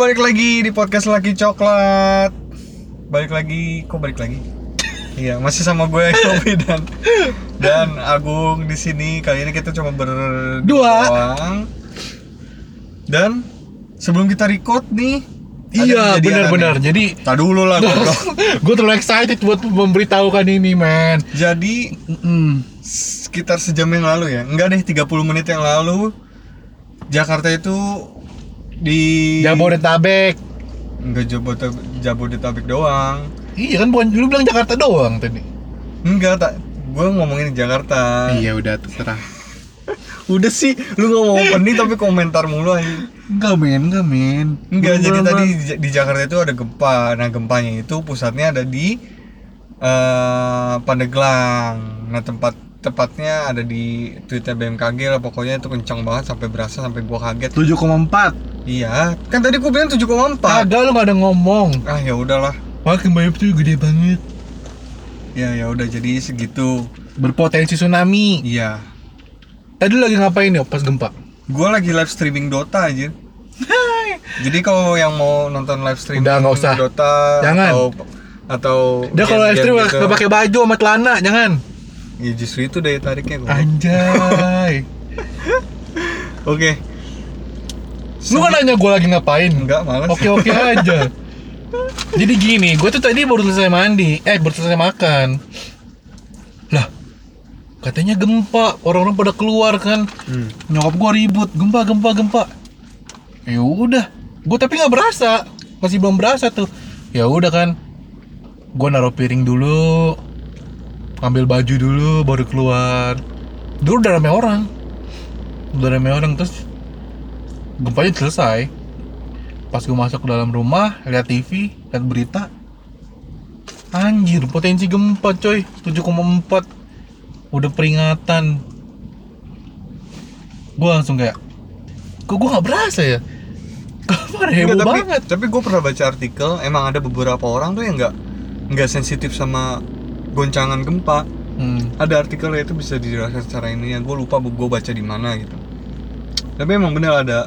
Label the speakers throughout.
Speaker 1: balik lagi di podcast lagi coklat. Balik lagi, kok balik lagi? Iya, masih sama gue Kopi dan dan Agung di sini. Kali ini kita cuma berdua
Speaker 2: Dua.
Speaker 1: doang. Dan sebelum kita record nih, ada
Speaker 2: Iya
Speaker 1: kejadian
Speaker 2: benar-benar.
Speaker 1: aneh.
Speaker 2: Jadi
Speaker 1: Tak dulu lah goblok.
Speaker 2: gue terlalu excited buat memberitahukan ini man.
Speaker 1: Jadi
Speaker 2: Mm-mm.
Speaker 1: sekitar sejam yang lalu ya. Enggak deh, 30 menit yang lalu Jakarta itu di
Speaker 2: Jabodetabek.
Speaker 1: Enggak Jabodetabek, Jabodetabek doang.
Speaker 2: Iya kan bukan dulu bilang Jakarta doang tadi.
Speaker 1: Enggak, tak. Gue ngomongin Jakarta.
Speaker 2: Iya udah terserah.
Speaker 1: Udah sih, lu ngomong opening tapi komentar mulu aja.
Speaker 2: Enggak men, enggak men.
Speaker 1: Enggak, jadi
Speaker 2: Belum,
Speaker 1: tadi
Speaker 2: belum.
Speaker 1: di Ja- di Jakarta itu ada gempa. Nah, gempanya itu pusatnya ada di eh Pandeglang. Nah, tempat tepatnya ada di Twitter BMKG lah pokoknya itu kencang banget sampai berasa sampai gua kaget.
Speaker 2: 7,4.
Speaker 1: Iya, kan tadi gua bilang 7,4.
Speaker 2: Kagak lu nggak ada ngomong.
Speaker 1: Ah, ya udahlah.
Speaker 2: Wah kembali tuh gede banget.
Speaker 1: Ya ya udah jadi segitu.
Speaker 2: Berpotensi tsunami.
Speaker 1: Iya.
Speaker 2: Tadi lu lagi ngapain ya pas gempa?
Speaker 1: Gua lagi live streaming Dota aja. Jadi kalau yang mau nonton live stream
Speaker 2: Udah, nggak usah.
Speaker 1: Dota
Speaker 2: Jangan.
Speaker 1: atau atau
Speaker 2: Dia kalau live stream nggak pakai baju sama celana, jangan.
Speaker 1: Ya justru itu daya tariknya gua.
Speaker 2: Anjay.
Speaker 1: Oke.
Speaker 2: lu kan nanya gue lagi ngapain?
Speaker 1: Enggak, malas.
Speaker 2: Oke oke aja. Jadi gini, gue tuh tadi baru selesai mandi, eh baru selesai makan. Lah, katanya gempa, orang-orang pada keluar kan.
Speaker 1: Hmm.
Speaker 2: Nyokap gue ribut, gempa gempa gempa. Ya udah, gue tapi nggak berasa, masih belum berasa tuh. Ya udah kan, gue naruh piring dulu, ambil baju dulu, baru keluar. Dulu udah rame orang, udah rame orang terus gempanya selesai pas gue masuk ke dalam rumah lihat TV lihat berita anjir potensi gempa coy 7,4 udah peringatan gue langsung kayak kok gue nggak berasa ya kabar
Speaker 1: Enggak,
Speaker 2: heboh
Speaker 1: tapi,
Speaker 2: banget
Speaker 1: Tapi gue pernah baca artikel, emang ada beberapa orang tuh yang nggak nggak sensitif sama goncangan gempa.
Speaker 2: hmm.
Speaker 1: Ada artikel itu bisa dijelaskan secara ini ya. Gue lupa gue baca di mana gitu. Tapi emang bener ada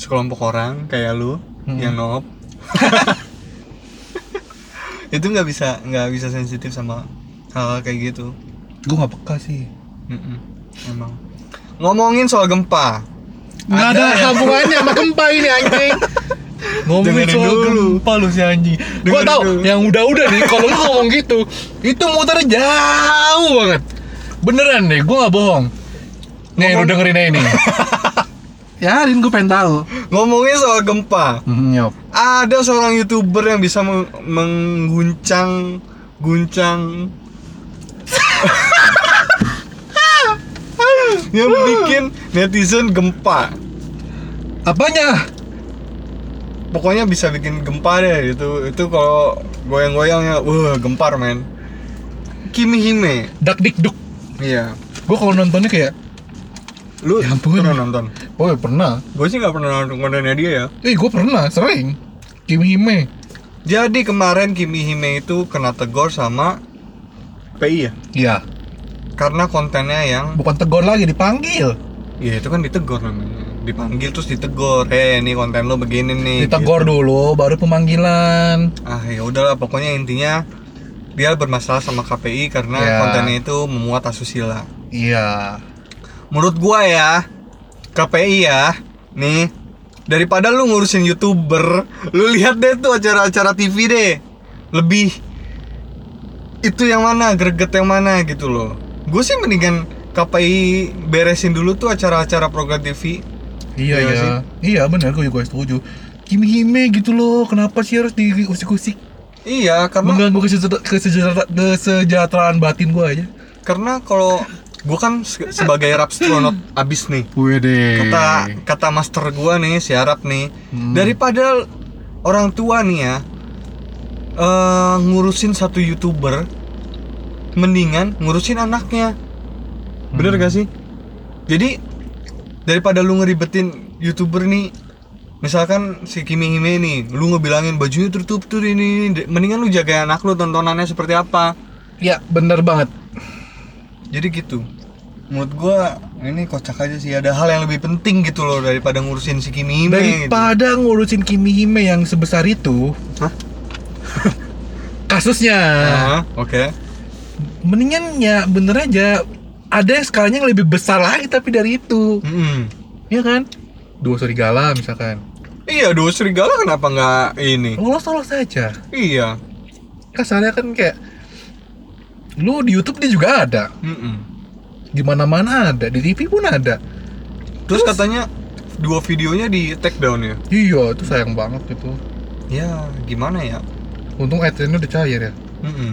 Speaker 1: sekelompok orang kayak lu
Speaker 2: Hmm.
Speaker 1: yang nop. itu nggak bisa nggak bisa sensitif sama hal, -hal kayak gitu.
Speaker 2: gue nggak peka sih
Speaker 1: Mm-mm, Emang ngomongin soal gempa.
Speaker 2: nggak ada
Speaker 1: Ada ya?
Speaker 2: hubungannya sama gempa ini anjing ngomongin
Speaker 1: Dengerin
Speaker 2: soal
Speaker 1: dulu.
Speaker 2: gempa lu si anjing gue
Speaker 1: Dengerin
Speaker 2: tau
Speaker 1: dulu.
Speaker 2: yang udah-udah nih kalau lu ngomong gitu itu muter jauh banget beneran deh gue nggak bohong nih lu
Speaker 1: Ngomong-
Speaker 2: dengerin aja nih ya Rin gue pengen tahu
Speaker 1: Ngomongin soal gempa.
Speaker 2: nyop
Speaker 1: Ada seorang youtuber yang bisa meng- mengguncang guncang yang bikin netizen gempa.
Speaker 2: apanya
Speaker 1: Pokoknya bisa bikin gempa deh itu itu kalau goyang-goyangnya wah gempar men. Kimi Hime.
Speaker 2: dak dik duk
Speaker 1: Iya.
Speaker 2: gue kalau nontonnya kayak
Speaker 1: Lu
Speaker 2: Ya ampun.
Speaker 1: pernah nonton?
Speaker 2: oh pernah
Speaker 1: Gue sih nggak pernah nonton kontennya dia ya.
Speaker 2: eh gue pernah sering Kim Hime
Speaker 1: Jadi kemarin Kimi Hime itu kena tegur sama PI ya
Speaker 2: iya
Speaker 1: karena kontennya yang
Speaker 2: bukan tegur lagi dipanggil
Speaker 1: ya itu kan ditegur namanya dipanggil terus ditegur eh ini konten lo begini nih
Speaker 2: ditegur
Speaker 1: gitu.
Speaker 2: dulu baru pemanggilan
Speaker 1: ah ya udahlah pokoknya intinya dia bermasalah sama KPI karena
Speaker 2: Ya.
Speaker 1: kontennya itu memuat asusila
Speaker 2: iya
Speaker 1: menurut gua ya KPI ya nih daripada lu ngurusin youtuber lu lihat deh tuh acara-acara TV deh lebih itu yang mana greget yang mana gitu loh gue sih mendingan KPI beresin dulu tuh acara-acara program TV Iya
Speaker 2: Iya iya.
Speaker 1: sih?
Speaker 2: Iya benar gue juga setuju. Kimi Hime gitu loh, kenapa sih harus diusik-usik?
Speaker 1: iya karena
Speaker 2: Mengganggu kesejahtera- kesejahtera- kesejahteraan batin gue aja.
Speaker 1: karena kalau gue kan se- sebagai rapstronot abis nih
Speaker 2: Wede.
Speaker 1: kata kata master gue nih si Arab nih
Speaker 2: Hmm.
Speaker 1: daripada orang tua nih ya eh, ngurusin satu youtuber mendingan ngurusin anaknya bener gak sih jadi daripada lu ngeribetin youtuber nih misalkan si Kimi Hime nih lu ngebilangin bajunya tertutup tuh ini, ini, ini. mendingan lu jaga anak lu tontonannya seperti apa
Speaker 2: Ya benar banget.
Speaker 1: jadi gitu menurut gua ini kocak aja sih ada hal yang lebih penting gitu loh daripada ngurusin si Kimi Hime gitu.
Speaker 2: daripada ngurusin Kimi Hime yang sebesar itu
Speaker 1: Hah?
Speaker 2: kasusnya
Speaker 1: Ah, oke
Speaker 2: mendingan ya bener aja ada yang skalanya yang lebih besar lagi tapi dari itu
Speaker 1: Mm-mm.
Speaker 2: ya kan dua serigala misalkan
Speaker 1: iya dua serigala kenapa nggak ini
Speaker 2: lolos lolos aja
Speaker 1: iya
Speaker 2: kasarnya kan kayak lu di YouTube dia juga ada
Speaker 1: Mm-mm.
Speaker 2: di mana mana ada di TV pun ada
Speaker 1: terus, katanya dua videonya di take down ya
Speaker 2: iya itu sayang banget itu
Speaker 1: ya gimana ya
Speaker 2: untung adsense udah cair ya
Speaker 1: Mm-mm.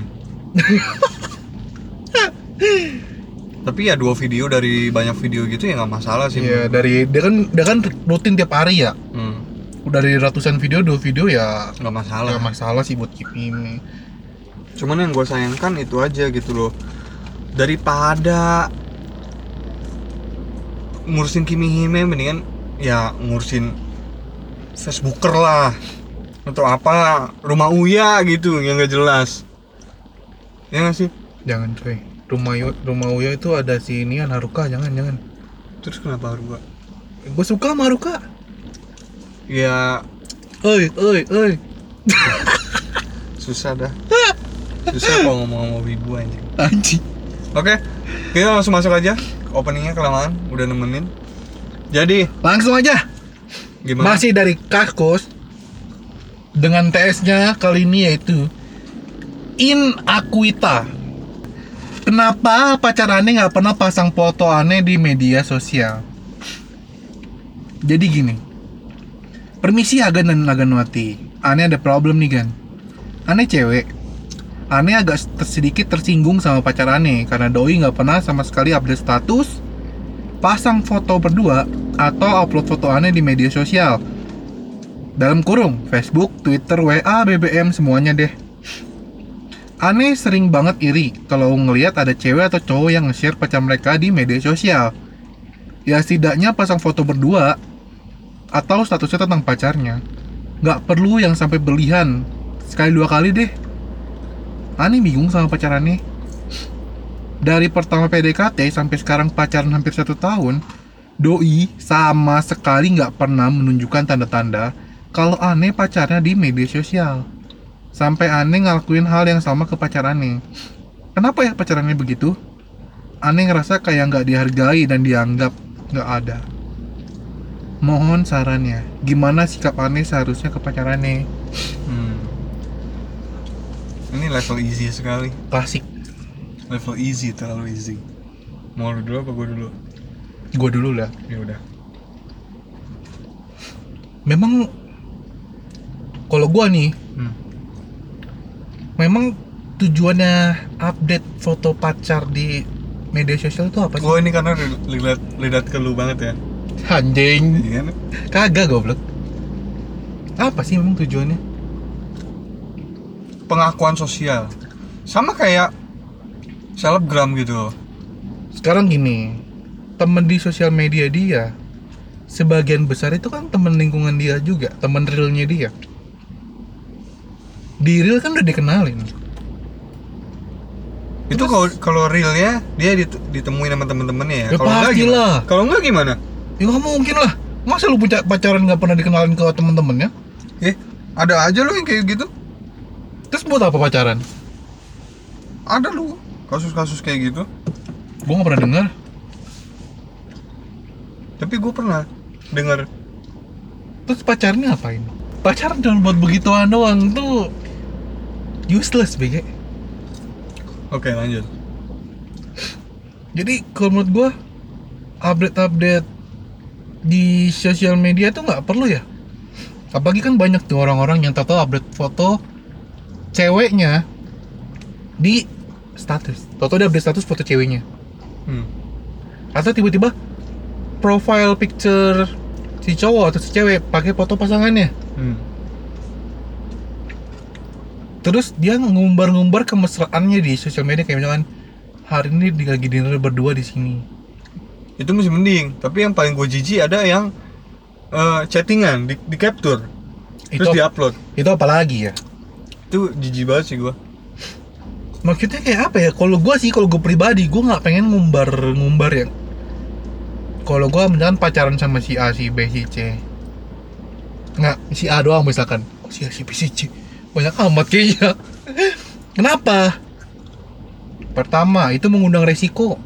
Speaker 1: tapi ya dua video dari banyak video gitu ya nggak masalah sih
Speaker 2: Iya dari dia kan dia kan rutin tiap hari ya
Speaker 1: Hmm,
Speaker 2: dari ratusan video dua video ya
Speaker 1: nggak masalah
Speaker 2: nggak masalah sih buat Kimi ini
Speaker 1: cuman yang gue sayangkan itu aja gitu loh daripada ngurusin Kimi Hime mendingan ya ngurusin Facebooker lah atau apa rumah Uya gitu yang gak jelas ya nggak sih
Speaker 2: jangan cuy rumah Yo- rumah Uya itu ada si Nian Haruka jangan jangan
Speaker 1: terus kenapa harus gua
Speaker 2: gue suka sama Haruka
Speaker 1: ya
Speaker 2: oi oi oi
Speaker 1: susah dah susah kalau ngomong sama wibu anjing
Speaker 2: anjing
Speaker 1: oke kita langsung masuk aja openingnya kelamaan udah nemenin jadi
Speaker 2: langsung aja
Speaker 1: gimana
Speaker 2: masih dari kakus dengan TS-nya kali ini yaitu inakuita kenapa pacar aneh nggak pernah pasang foto aneh di media sosial jadi gini permisi Agan dan Laganwati aneh ada problem nih Gan aneh cewek aneh agak ter- sedikit tersinggung sama pacar aneh karena doi nggak pernah sama sekali update status pasang foto berdua atau upload foto aneh di media sosial. Dalam kurung, Facebook, Twitter, WA, BBM, semuanya deh. Aneh sering banget iri kalau ngelihat ada cewek atau cowok yang nge-share pacar mereka di media sosial. Ya setidaknya pasang foto berdua atau statusnya tentang pacarnya. Nggak perlu yang sampai berlihan. Sekali dua kali deh. Aneh bingung sama pacar aneh. Dari pertama PDKT sampai sekarang pacaran hampir satu tahun, Doi sama sekali nggak pernah menunjukkan tanda-tanda kalau aneh pacarnya di media sosial. Sampai aneh ngelakuin hal yang sama ke pacar aneh. Kenapa ya pacarannya begitu? Aneh ngerasa kayak nggak dihargai dan dianggap nggak ada. Mohon sarannya, gimana sikap aneh seharusnya ke pacar aneh?
Speaker 1: Hmm. Ini level easy sekali.
Speaker 2: Klasik.
Speaker 1: Level easy terlalu easy. Mau lu dulu apa gue dulu?
Speaker 2: Gue dulu lah.
Speaker 1: Ya udah.
Speaker 2: Memang kalau gua nih
Speaker 1: Hmm.
Speaker 2: memang tujuannya update foto pacar di media sosial itu apa sih?
Speaker 1: Gue ini karena li- lidat lidat ke lu banget ya.
Speaker 2: Anjing,
Speaker 1: Iya kan?
Speaker 2: kagak goblok. Apa sih memang tujuannya?
Speaker 1: Pengakuan sosial. Sama kayak selebgram gitu loh.
Speaker 2: Sekarang gini, temen di sosial media dia sebagian besar itu kan temen lingkungan dia juga, temen realnya dia. Di real kan udah dikenalin.
Speaker 1: Itu kalau kalau realnya dia dit- ditemuin sama temen-temennya ya.
Speaker 2: Ya,
Speaker 1: Kalau enggak gimana?
Speaker 2: pastilah.
Speaker 1: Kalau enggak gimana?
Speaker 2: Ya nggak mungkin lah. Masa lu punya pacaran nggak pernah dikenalin ke temen-temennya?
Speaker 1: Eh, ada aja lu yang kayak gitu.
Speaker 2: Terus buat apa pacaran?
Speaker 1: Ada lu kasus-kasus kayak gitu.
Speaker 2: Gua nggak pernah dengar.
Speaker 1: Tapi gue pernah dengar
Speaker 2: Terus pacarnya ngapain? Pacaran cuma buat begituan doang tuh useless BG.
Speaker 1: Oke, lanjut.
Speaker 2: Jadi kalau menurut gua update-update di sosial media tuh nggak perlu ya. Apalagi kan banyak tuh orang-orang yang tahu update foto ceweknya di status. Tahu dia update status foto ceweknya.
Speaker 1: Hmm.
Speaker 2: Atau tiba-tiba profile picture si cowok atau si cewek pakai foto pasangannya.
Speaker 1: Hmm.
Speaker 2: terus dia ngumbar-ngumbar kemesraannya di sosial media kayak misalkan hari ini di- lagi dinner berdua di sini
Speaker 1: itu masih mending tapi yang paling gue jijik ada yang eh, chattingan di, di capture
Speaker 2: itu
Speaker 1: terus diupload
Speaker 2: itu apa lagi ya
Speaker 1: itu jijik banget sih gue
Speaker 2: maksudnya kayak apa ya kalau gue sih kalau gue pribadi gue nggak pengen ngumbar ngumbar ya kalau gue misalkan pacaran sama si A si B si C nggak si A doang misalkan Oh, si A si B si C banyak amat kayaknya kenapa pertama itu mengundang resiko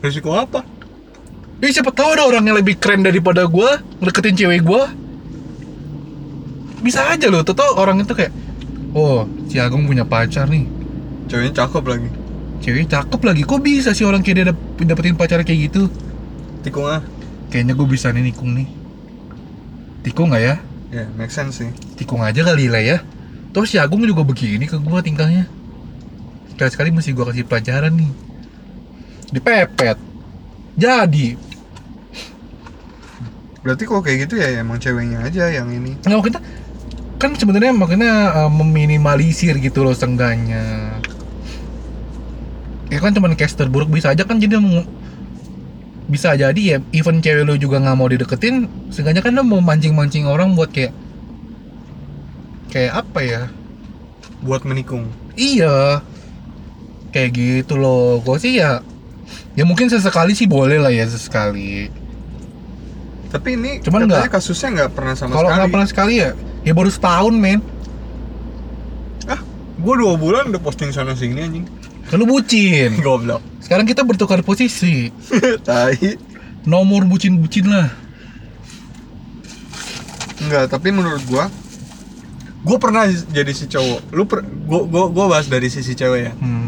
Speaker 1: Risiko apa?
Speaker 2: Ih siapa tahu ada orang yang lebih keren daripada gua deketin cewek gua. Bisa aja loh, tuh orang itu kayak, oh si Agung punya pacar nih,
Speaker 1: Ceweknya cakep lagi.
Speaker 2: cewek cakep lagi, kok bisa sih orang kayak dia dap- dapetin pacar kayak gitu?
Speaker 1: Tikung ah.
Speaker 2: Kayaknya gua bisa nih nikung nih. Tikung nggak ya?
Speaker 1: Ya, make sense sih.
Speaker 2: Tikung aja kali lah ya. Terus si Agung juga begini ke gua tingkahnya. Sekali-sekali mesti gua kasih pelajaran nih. Dipepet. Jadi,
Speaker 1: Berarti kalau kayak gitu ya emang ceweknya aja yang ini.
Speaker 2: nggak kita Nah, kan sebenarnya makanya uh, meminimalisir gitu loh sengganya ya kan cuman case terburuk bisa aja kan jadi meng- bisa jadi ya even cewek lo juga nggak mau dideketin sengganya kan lo mau mancing mancing orang buat kayak kayak apa ya
Speaker 1: Buat menikung.
Speaker 2: iya kayak gitu loh gue sih ya ya mungkin sesekali sih boleh lah ya sesekali
Speaker 1: Tapi ini
Speaker 2: Cuman
Speaker 1: katanya
Speaker 2: nggak-
Speaker 1: kasusnya nggak pernah sama
Speaker 2: kalau
Speaker 1: sekali.
Speaker 2: nggak pernah sekali ya ya baru setahun men
Speaker 1: Ah, gua dua bulan udah posting sana sini anjing.
Speaker 2: kan lu bucin
Speaker 1: Goblok.
Speaker 2: sekarang kita bertukar posisi
Speaker 1: tai.
Speaker 2: nomor bucin-bucin lah
Speaker 1: Enggak, tapi menurut gua gua pernah jadi si cowok. Lu per, gua, gua gua bahas dari sisi cewek ya.
Speaker 2: hmm.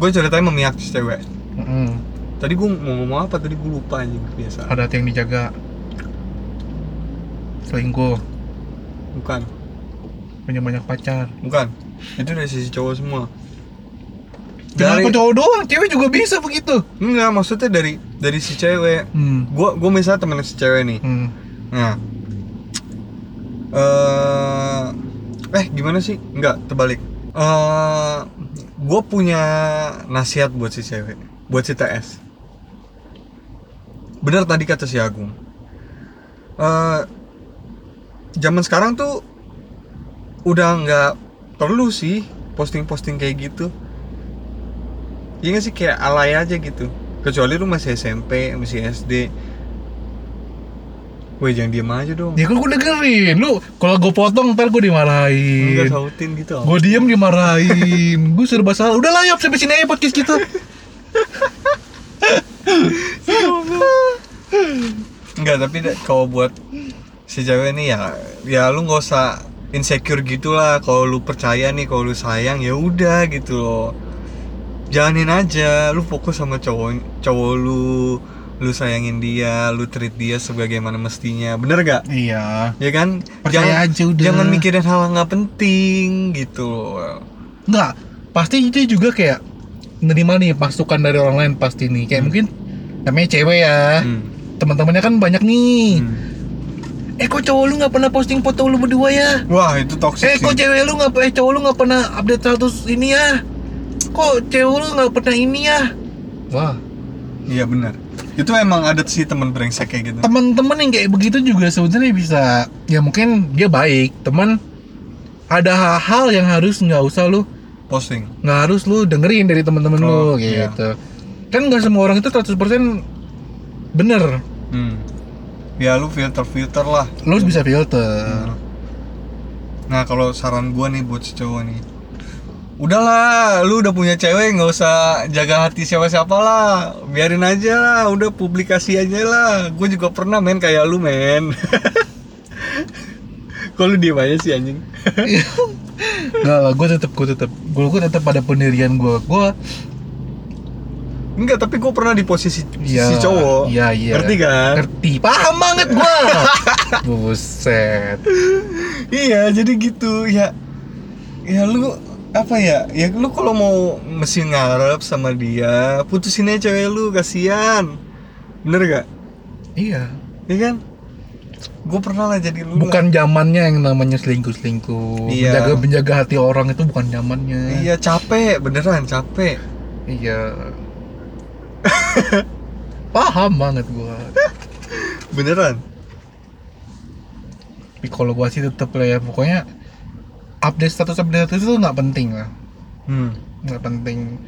Speaker 1: Gua ceritanya memihak si cewek.
Speaker 2: Mm-mm.
Speaker 1: Tadi gua mau ngomong apa tadi gua lupa anjing biasa.
Speaker 2: Hmm. ada yang dijaga selingkuh
Speaker 1: Bukan.
Speaker 2: punya banyak pacar
Speaker 1: Bukan. Itu dari sisi cowok semua. Dari
Speaker 2: jangan aku cowok doang cewek juga bisa begitu
Speaker 1: enggak, maksudnya dari dari si cewek.
Speaker 2: hmm.
Speaker 1: Gua gua misalnya temen si cewek nih.
Speaker 2: Hmm.
Speaker 1: Nah. eh eh gimana sih? Enggak, terbalik. Eh gue punya nasihat buat si cewek, buat si TS. Bener tadi kata si Agung. Eh zaman sekarang tuh udah nggak perlu sih posting-posting kayak gitu. Iya nggak sih kayak alay aja gitu. Kecuali lu masih SMP, masih SD. Weh jangan diem aja dong.
Speaker 2: ya kan gue dengerin lu kalau gue potong ntar gue
Speaker 1: Enggak
Speaker 2: dimarahin
Speaker 1: sautin gitu.
Speaker 2: gue diem dimarahin gue serba salah udah lah yap sampai sini aja podcast kita
Speaker 1: Enggak, tapi da- kalau buat si cewek ini ya ya lu nggak usah insecure gitulah kalau lu percaya nih kalau lu sayang ya udah gitu loh jalanin aja lu fokus sama cowok cowok lu lu sayangin dia lu treat dia sebagaimana mestinya bener gak
Speaker 2: iya
Speaker 1: ya kan
Speaker 2: Percaya aja udah.
Speaker 1: jangan mikirin hal yang nggak penting gitu loh
Speaker 2: Nggak, pasti itu juga kayak nerima nih masukan dari orang lain pasti nih kayak mungkin namanya cewek ya
Speaker 1: Hmm.
Speaker 2: teman-temannya kan banyak nih
Speaker 1: Hmm.
Speaker 2: eh kok cowok lu nggak pernah posting foto lu berdua ya
Speaker 1: wah itu toxic
Speaker 2: eh kok
Speaker 1: sih.
Speaker 2: cewek lu nggak eh cowok lu nggak pernah update status ini ya kok cewek lu nggak pernah ini ya wah
Speaker 1: iya benar itu emang adat sih temen brengsek kayak gitu
Speaker 2: teman-teman yang kayak begitu juga sebenarnya bisa ya mungkin dia baik teman ada hal-hal yang harus nggak usah lu
Speaker 1: posting
Speaker 2: nggak harus lu dengerin dari teman-teman
Speaker 1: Oh,
Speaker 2: lu
Speaker 1: iya.
Speaker 2: gitu kan nggak semua orang itu 100% bener
Speaker 1: Hmm. Ya lu filter-filter lah.
Speaker 2: lu harus bisa filter
Speaker 1: Nah, kalau saran gua nih buat si cowok nih. Udahlah, lu udah punya cewek nggak usah jaga hati siapa-siapa lah. Biarin aja lah, udah publikasi aja lah. Gue juga pernah main kayak lu, men. Kok lu diem aja sih anjing? Hmm.
Speaker 2: nggak lah gue tetap gue tetap gue gue tetap pada pendirian gue gue
Speaker 1: Enggak, tapi gue pernah di posisi si
Speaker 2: Iya,
Speaker 1: cowok.
Speaker 2: iya, iya.
Speaker 1: Ngerti kan?
Speaker 2: ngerti paham banget gue buset
Speaker 1: iya, jadi gitu. Ya ya lu apa ya? Ya lu kalau mau mesti ngarep sama dia, putusin aja cewek lu, kasihan. Bener gak?
Speaker 2: iya
Speaker 1: Iya kan? Gue pernah lah jadi lu
Speaker 2: bukan zamannya yang namanya selingkuh selingkuh
Speaker 1: Iya.
Speaker 2: menjaga menjaga hati orang itu bukan zamannya
Speaker 1: nggak- Iya capek, beneran capek
Speaker 2: iya paham banget gue
Speaker 1: Beneran
Speaker 2: tapi kalau gue sih tetap lah ya pokoknya update status update status itu nggak penting lah
Speaker 1: Hmm.
Speaker 2: nggak penting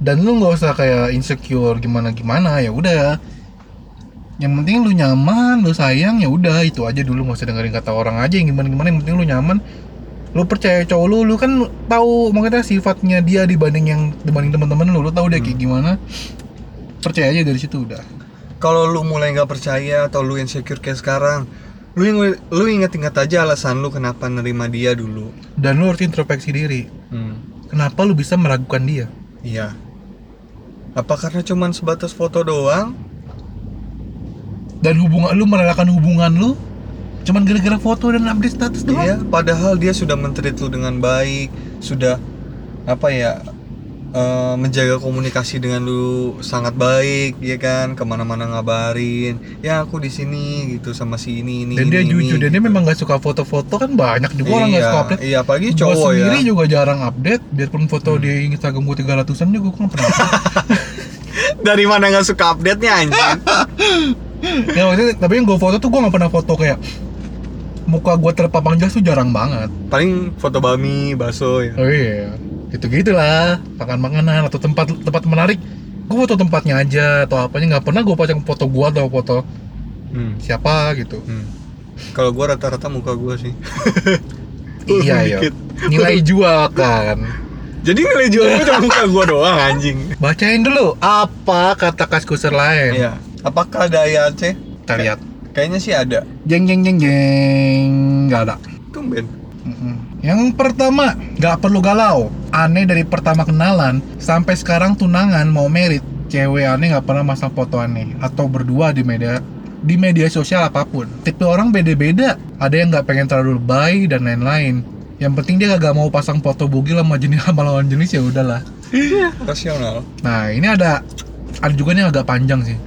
Speaker 2: dan lu nggak usah kayak insecure gimana gimana ya udah yang penting lu nyaman lu sayang ya udah itu aja dulu nggak usah dengerin kata orang aja yang gimana gimana yang penting lu nyaman lu percaya cowok lu lu kan tahu maksudnya sifatnya dia dibanding yang dibanding teman-teman lu lu tahu dia kayak gimana percaya aja dari situ udah
Speaker 1: Kalau lu mulai nggak percaya atau lu insecure kayak sekarang, lu ing- lu inget-inget aja alasan lu kenapa nerima dia dulu.
Speaker 2: dan lu harus introspeksi diri
Speaker 1: Hmm.
Speaker 2: kenapa lu bisa meragukan dia
Speaker 1: Iya. Apa karena cuman sebatas foto doang?
Speaker 2: dan hubungan lu merelakan hubungan lu cuman gara-gara foto dan update status doang
Speaker 1: Iya, padahal dia sudah mentreat lu dengan baik, sudah apa ya eh, menjaga komunikasi dengan lu sangat baik, ya kan, kemana-mana ngabarin, ya aku di sini gitu sama si ini ini.
Speaker 2: dan dia
Speaker 1: ini,
Speaker 2: jujur
Speaker 1: ini,
Speaker 2: dan dia
Speaker 1: gitu.
Speaker 2: memang gak suka foto-foto kan banyak juga orang
Speaker 1: iya,
Speaker 2: gak suka update
Speaker 1: Iya, apalagi
Speaker 2: Gua
Speaker 1: cowok ya. Hmm.
Speaker 2: sendiri juga jarang update biarpun foto di Instagram gue 300an juga gue gak pernah update.
Speaker 1: Dari mana nggak suka update nya anjing?
Speaker 2: ya, maksudnya, tapi yang gue foto tuh gue gak pernah foto kayak muka gue terpapang jas tuh jarang banget
Speaker 1: Paling foto bami, baso ya.
Speaker 2: oh iya gitu-gitu lah makan-makanan atau tempat tempat menarik gue foto tempatnya aja atau apanya nggak pernah gue pasang foto gue atau foto
Speaker 1: Hmm.
Speaker 2: siapa gitu
Speaker 1: hmm. Kalau gua rata-rata muka gua sih.
Speaker 2: iya ya
Speaker 1: Dikit.
Speaker 2: nilai jual kan
Speaker 1: Jadi nilai jual gua cuma muka gua doang anjing.
Speaker 2: Bacain dulu apa kata kaskuser lain.
Speaker 1: Iya. Apakah ada ayat C?
Speaker 2: Kita lihat.
Speaker 1: Kayaknya sih ada.
Speaker 2: Jeng jeng jeng jeng. Gak ada.
Speaker 1: Tumben.
Speaker 2: Mm-mm. Yang pertama, gak perlu galau. Aneh dari pertama kenalan sampai sekarang tunangan mau merit, cewek aneh gak pernah masang foto aneh atau berdua di media di media sosial apapun. Tipe orang beda-beda. Ada yang nggak pengen terlalu lebay dan lain-lain. Yang penting dia gak mau pasang foto bugil sama jenis sama lawan jenis ya udahlah.
Speaker 1: Rasional.
Speaker 2: Nah ini ada ada juga nih yang agak panjang sih.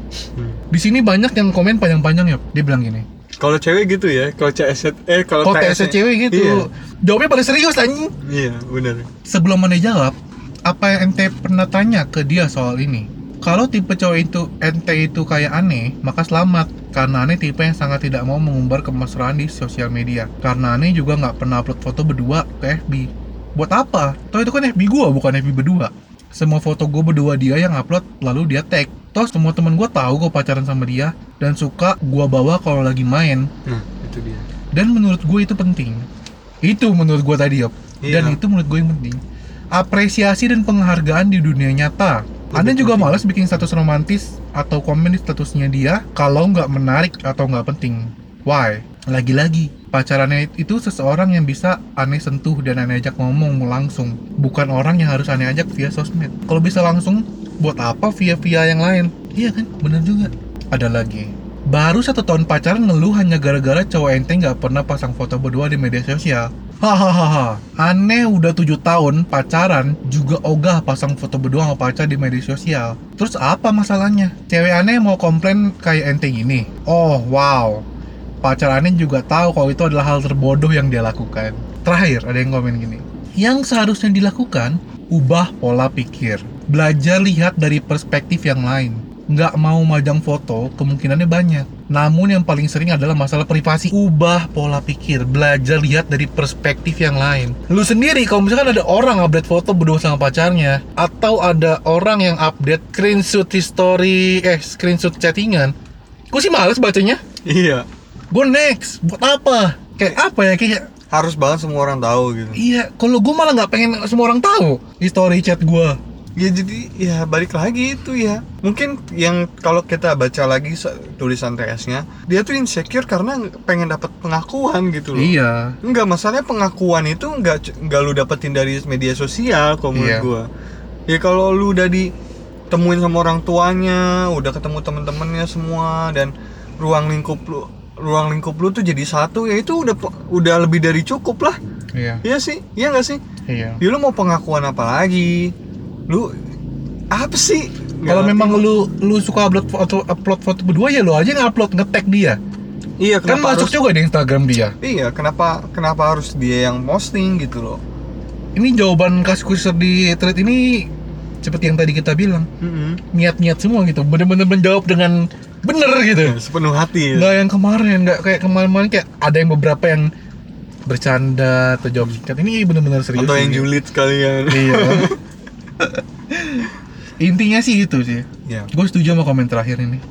Speaker 2: Di sini banyak yang komen panjang-panjang ya. Dia bilang gini.
Speaker 1: Kalau cewek gitu ya, kalau CS eh kalau
Speaker 2: Kok
Speaker 1: TS
Speaker 2: TS cewek gitu.
Speaker 1: Iya,
Speaker 2: Jawabnya pada serius anjing.
Speaker 1: iya benar.
Speaker 2: Sebelum anda jawab, apa yang ente pernah tanya ke dia soal ini? Kalau tipe cowok itu ente itu kayak aneh, maka selamat karena aneh tipe yang sangat tidak mau mengumbar kemesraan di sosial media. Karena aneh juga nggak pernah upload foto berdua ke FB. Buat apa? Toh itu kan FB gua bukan FB berdua. Semua foto gue berdua dia yang upload lalu dia tag. Toh semua temen gue tahu gue pacaran sama dia dan suka gua bawa kalau lagi main.
Speaker 1: Nah, itu dia.
Speaker 2: dan menurut gue itu penting itu menurut gue tadi Yop
Speaker 1: Iya.
Speaker 2: dan itu menurut gue yang penting apresiasi dan penghargaan di dunia nyata anda juga
Speaker 1: penting.
Speaker 2: malas bikin status romantis atau komen di statusnya dia kalau nggak menarik atau nggak penting why lagi-lagi pacarannya itu seseorang yang bisa aneh sentuh dan aneh ajak ngomong langsung bukan orang yang harus aneh ajak via sosmed kalau bisa langsung buat apa via via yang lain iya kan bener juga ada lagi Baru satu tahun pacaran ngeluh hanya gara-gara cowok ente nggak pernah pasang foto berdua di media sosial. Hahaha, aneh udah tujuh tahun pacaran juga ogah pasang foto berdua sama pacar di media sosial. Terus apa masalahnya? Cewek aneh mau komplain kayak ente gini. Oh wow, pacar aneh juga tahu kalau itu adalah hal terbodoh yang dia lakukan. Terakhir ada yang komen gini. Yang seharusnya dilakukan, ubah pola pikir. Belajar lihat dari perspektif yang lain nggak mau majang foto kemungkinannya banyak. Namun yang paling sering adalah masalah privasi. Ubah pola pikir, belajar lihat dari perspektif yang lain. Lu sendiri kalau misalkan ada orang update foto berdua sama pacarnya atau ada orang yang update screenshot history eh screenshot chattingan, gue sih males bacanya.
Speaker 1: Iya.
Speaker 2: Gue next, buat apa? Kayak apa ya kayak
Speaker 1: Harus banget semua orang tahu gitu.
Speaker 2: iya kalau gue malah nggak pengen semua orang tahu history chat gue.
Speaker 1: Ya jadi ya balik lagi itu ya. Mungkin yang kalau kita baca lagi se- tulisan TS-nya, dia tuh insecure karena pengen dapat pengakuan gitu loh.
Speaker 2: Iya.
Speaker 1: Enggak, masalahnya pengakuan itu enggak c- enggak lu dapetin dari media sosial kalau menurut
Speaker 2: Iya.
Speaker 1: gua. Ya kalau lu udah ditemuin sama orang tuanya, udah ketemu temen-temennya semua dan ruang lingkup lu ruang lingkup lu tuh jadi satu ya itu udah pe- udah lebih dari cukup lah
Speaker 2: Iya.
Speaker 1: iya sih iya nggak sih
Speaker 2: Iya.
Speaker 1: ya lu mau pengakuan apa lagi lu apa sih Nggak
Speaker 2: Kalau
Speaker 1: ngerti.
Speaker 2: memang lu lu suka upload foto upload foto berdua ya lu aja nge-upload nge-tag dia.
Speaker 1: iya
Speaker 2: kan
Speaker 1: kenapa
Speaker 2: masuk
Speaker 1: harus,
Speaker 2: juga di Instagram dia.
Speaker 1: iya kenapa kenapa harus dia yang posting gitu loh
Speaker 2: Ini jawaban kaskuser di thread ini seperti yang tadi kita bilang,
Speaker 1: Mm-mm.
Speaker 2: niat-niat semua gitu. Bener-bener menjawab dengan bener gitu.
Speaker 1: sepenuh hati ya.
Speaker 2: Nggak yang kemarin, nggak kayak kemarin-kemarin kayak ada yang beberapa yang bercanda atau jawab singkat ini bener-bener serius
Speaker 1: atau
Speaker 2: sih.
Speaker 1: yang julid sekalian
Speaker 2: iya intinya sih itu sih
Speaker 1: ya
Speaker 2: gue setuju sama komen terakhir ini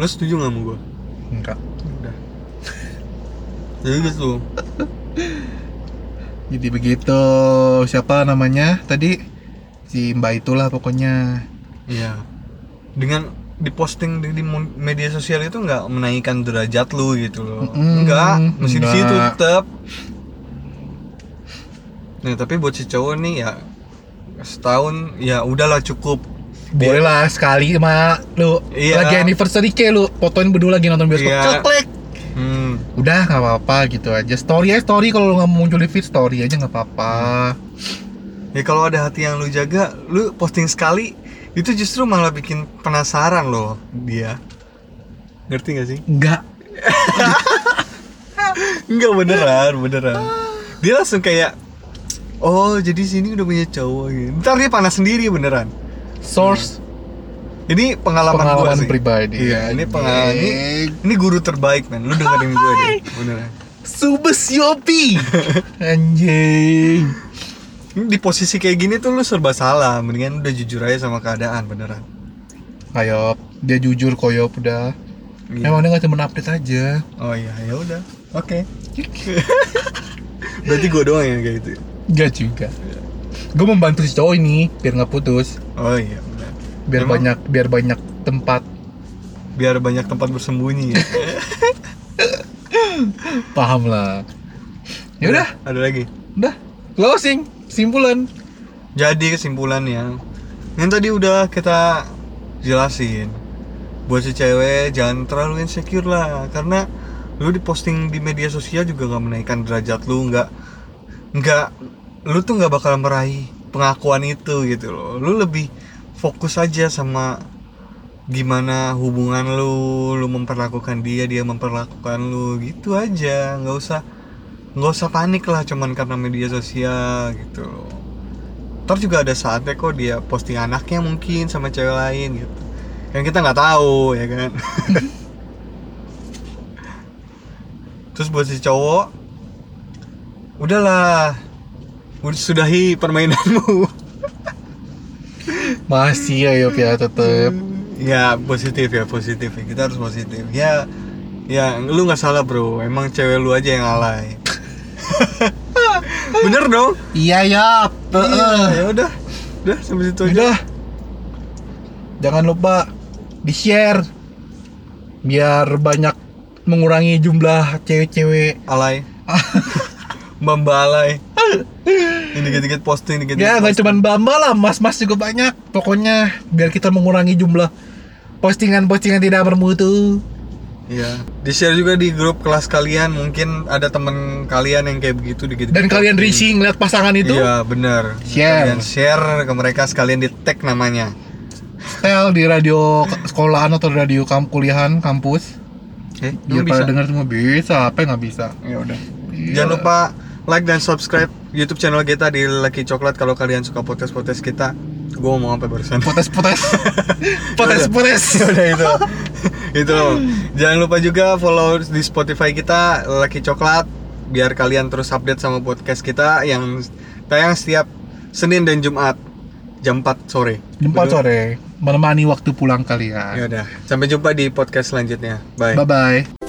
Speaker 1: lo setuju nggak sama gue
Speaker 2: enggak
Speaker 1: udah jadi gitu
Speaker 2: jadi begitu siapa namanya tadi si mbak itulah pokoknya
Speaker 1: Iya. Dengan diposting di, di mon- media sosial itu nggak menaikkan derajat lu gitu loh.
Speaker 2: Mm-mm,
Speaker 1: Enggak, mesti di situ
Speaker 2: enggak.
Speaker 1: tetap. Nah, tapi buat si cowok nih ya setahun ya udahlah cukup.
Speaker 2: boleh lah sekali mak lu
Speaker 1: Iya.
Speaker 2: lagi anniversary ke lu fotoin berdua lagi nonton bioskop
Speaker 1: Iya.
Speaker 2: ceklek
Speaker 1: Hmm.
Speaker 2: udah nggak apa-apa gitu aja story aja story kalau lu nggak mau muncul di feed story aja nggak apa-apa
Speaker 1: Ya kalau ada hati yang lu jaga, lu posting sekali itu justru malah bikin penasaran loh dia. Ngerti gak sih?
Speaker 2: nggak
Speaker 1: Enggak beneran, beneran. Dia langsung kayak Oh, jadi sini udah punya cowok gitu. Ntar dia panas sendiri beneran.
Speaker 2: source
Speaker 1: Ini Hmm. pengalaman, gua
Speaker 2: pengalaman
Speaker 1: sih.
Speaker 2: pribadi
Speaker 1: Iya, ini
Speaker 2: Anjing.
Speaker 1: pengalaman ini, ini guru terbaik, men. Lu dengerin gue deh, beneran.
Speaker 2: Subes Yopi Anjing
Speaker 1: Ini di posisi kayak gini tuh lu serba salah. Mendingan udah jujur aja sama keadaan, beneran.
Speaker 2: Koyop Dia jujur koyop udah
Speaker 1: Iya.
Speaker 2: Emang dia gak cuma update aja
Speaker 1: Oh iya, ya udah. Oke. Berarti gue doang yang kayak gitu. ya?
Speaker 2: Gak juga Gue membantu si cowok ini Biar gak putus
Speaker 1: Oh iya, benar.
Speaker 2: Biar
Speaker 1: Emang?
Speaker 2: banyak Biar banyak tempat
Speaker 1: Biar banyak tempat bersembunyi ya.
Speaker 2: Paham lah Ya udah
Speaker 1: Ada lagi.
Speaker 2: Udah Closing Simpulan
Speaker 1: Jadi kesimpulannya Yang tadi udah kita jelasin Buat si cewek jangan terlalu insecure lah Karena lu diposting di media sosial juga gak menaikkan derajat lu nggak nggak Lu tuh gak bakal meraih pengakuan itu gitu loh Lu lebih fokus aja sama gimana hubungan lu lu memperlakukan dia dia memperlakukan lu gitu aja nggak usah nggak usah panik lah cuman karena media sosial gitu loh ntar juga ada saatnya kok dia posting anaknya mungkin sama cewek lain gitu yang kita nggak tahu ya kan terus buat si cowok udahlah ud- sudahi permainanmu
Speaker 2: Masih ya Yop ya tetep
Speaker 1: ya positif ya positif ya. kita harus positif ya ya lu nggak salah bro emang cewek lu aja yang alay bener dong
Speaker 2: Iya Yop
Speaker 1: ya udah udah sampai situ aja
Speaker 2: Udah. Jangan lupa di-share biar banyak mengurangi jumlah cewek-cewek.
Speaker 1: alay mbak alay ini dikit-dikit posting dikit-dikit
Speaker 2: Ya, nggak
Speaker 1: posting.
Speaker 2: cuma Bamba lah, mas-mas juga banyak. Pokoknya biar kita mengurangi jumlah postingan-postingan tidak bermutu.
Speaker 1: Iya. di share juga di grup kelas kalian mungkin ada temen kalian yang kayak begitu dikit
Speaker 2: Dan kalian risih ngeliat pasangan itu,
Speaker 1: iya benar
Speaker 2: Share.
Speaker 1: kalian share ke mereka sekalian di tag namanya
Speaker 2: setel di radio ke- sekolahan atau radio kamp kuliahan kampus.
Speaker 1: eh
Speaker 2: Biar pada dengar semua bisa, apa yang nggak bisa.
Speaker 1: ya udah
Speaker 2: Iya.
Speaker 1: Jangan lupa like dan subscribe YouTube channel kita di Lucky Coklat kalau kalian suka podcast-podcast kita. Gue ngomong apa barusan?
Speaker 2: potes-potes. potes-potes.
Speaker 1: Udah itu. itu. Gitu Jangan lupa juga follow di Spotify kita Lucky Coklat biar kalian terus update sama podcast kita yang tayang setiap Senin dan Jumat jam 4 sore.
Speaker 2: Jumpa
Speaker 1: Betul?
Speaker 2: sore menemani waktu pulang kalian.
Speaker 1: Iya. Ya udah. Sampai jumpa di podcast selanjutnya. Bye.
Speaker 2: Bye bye.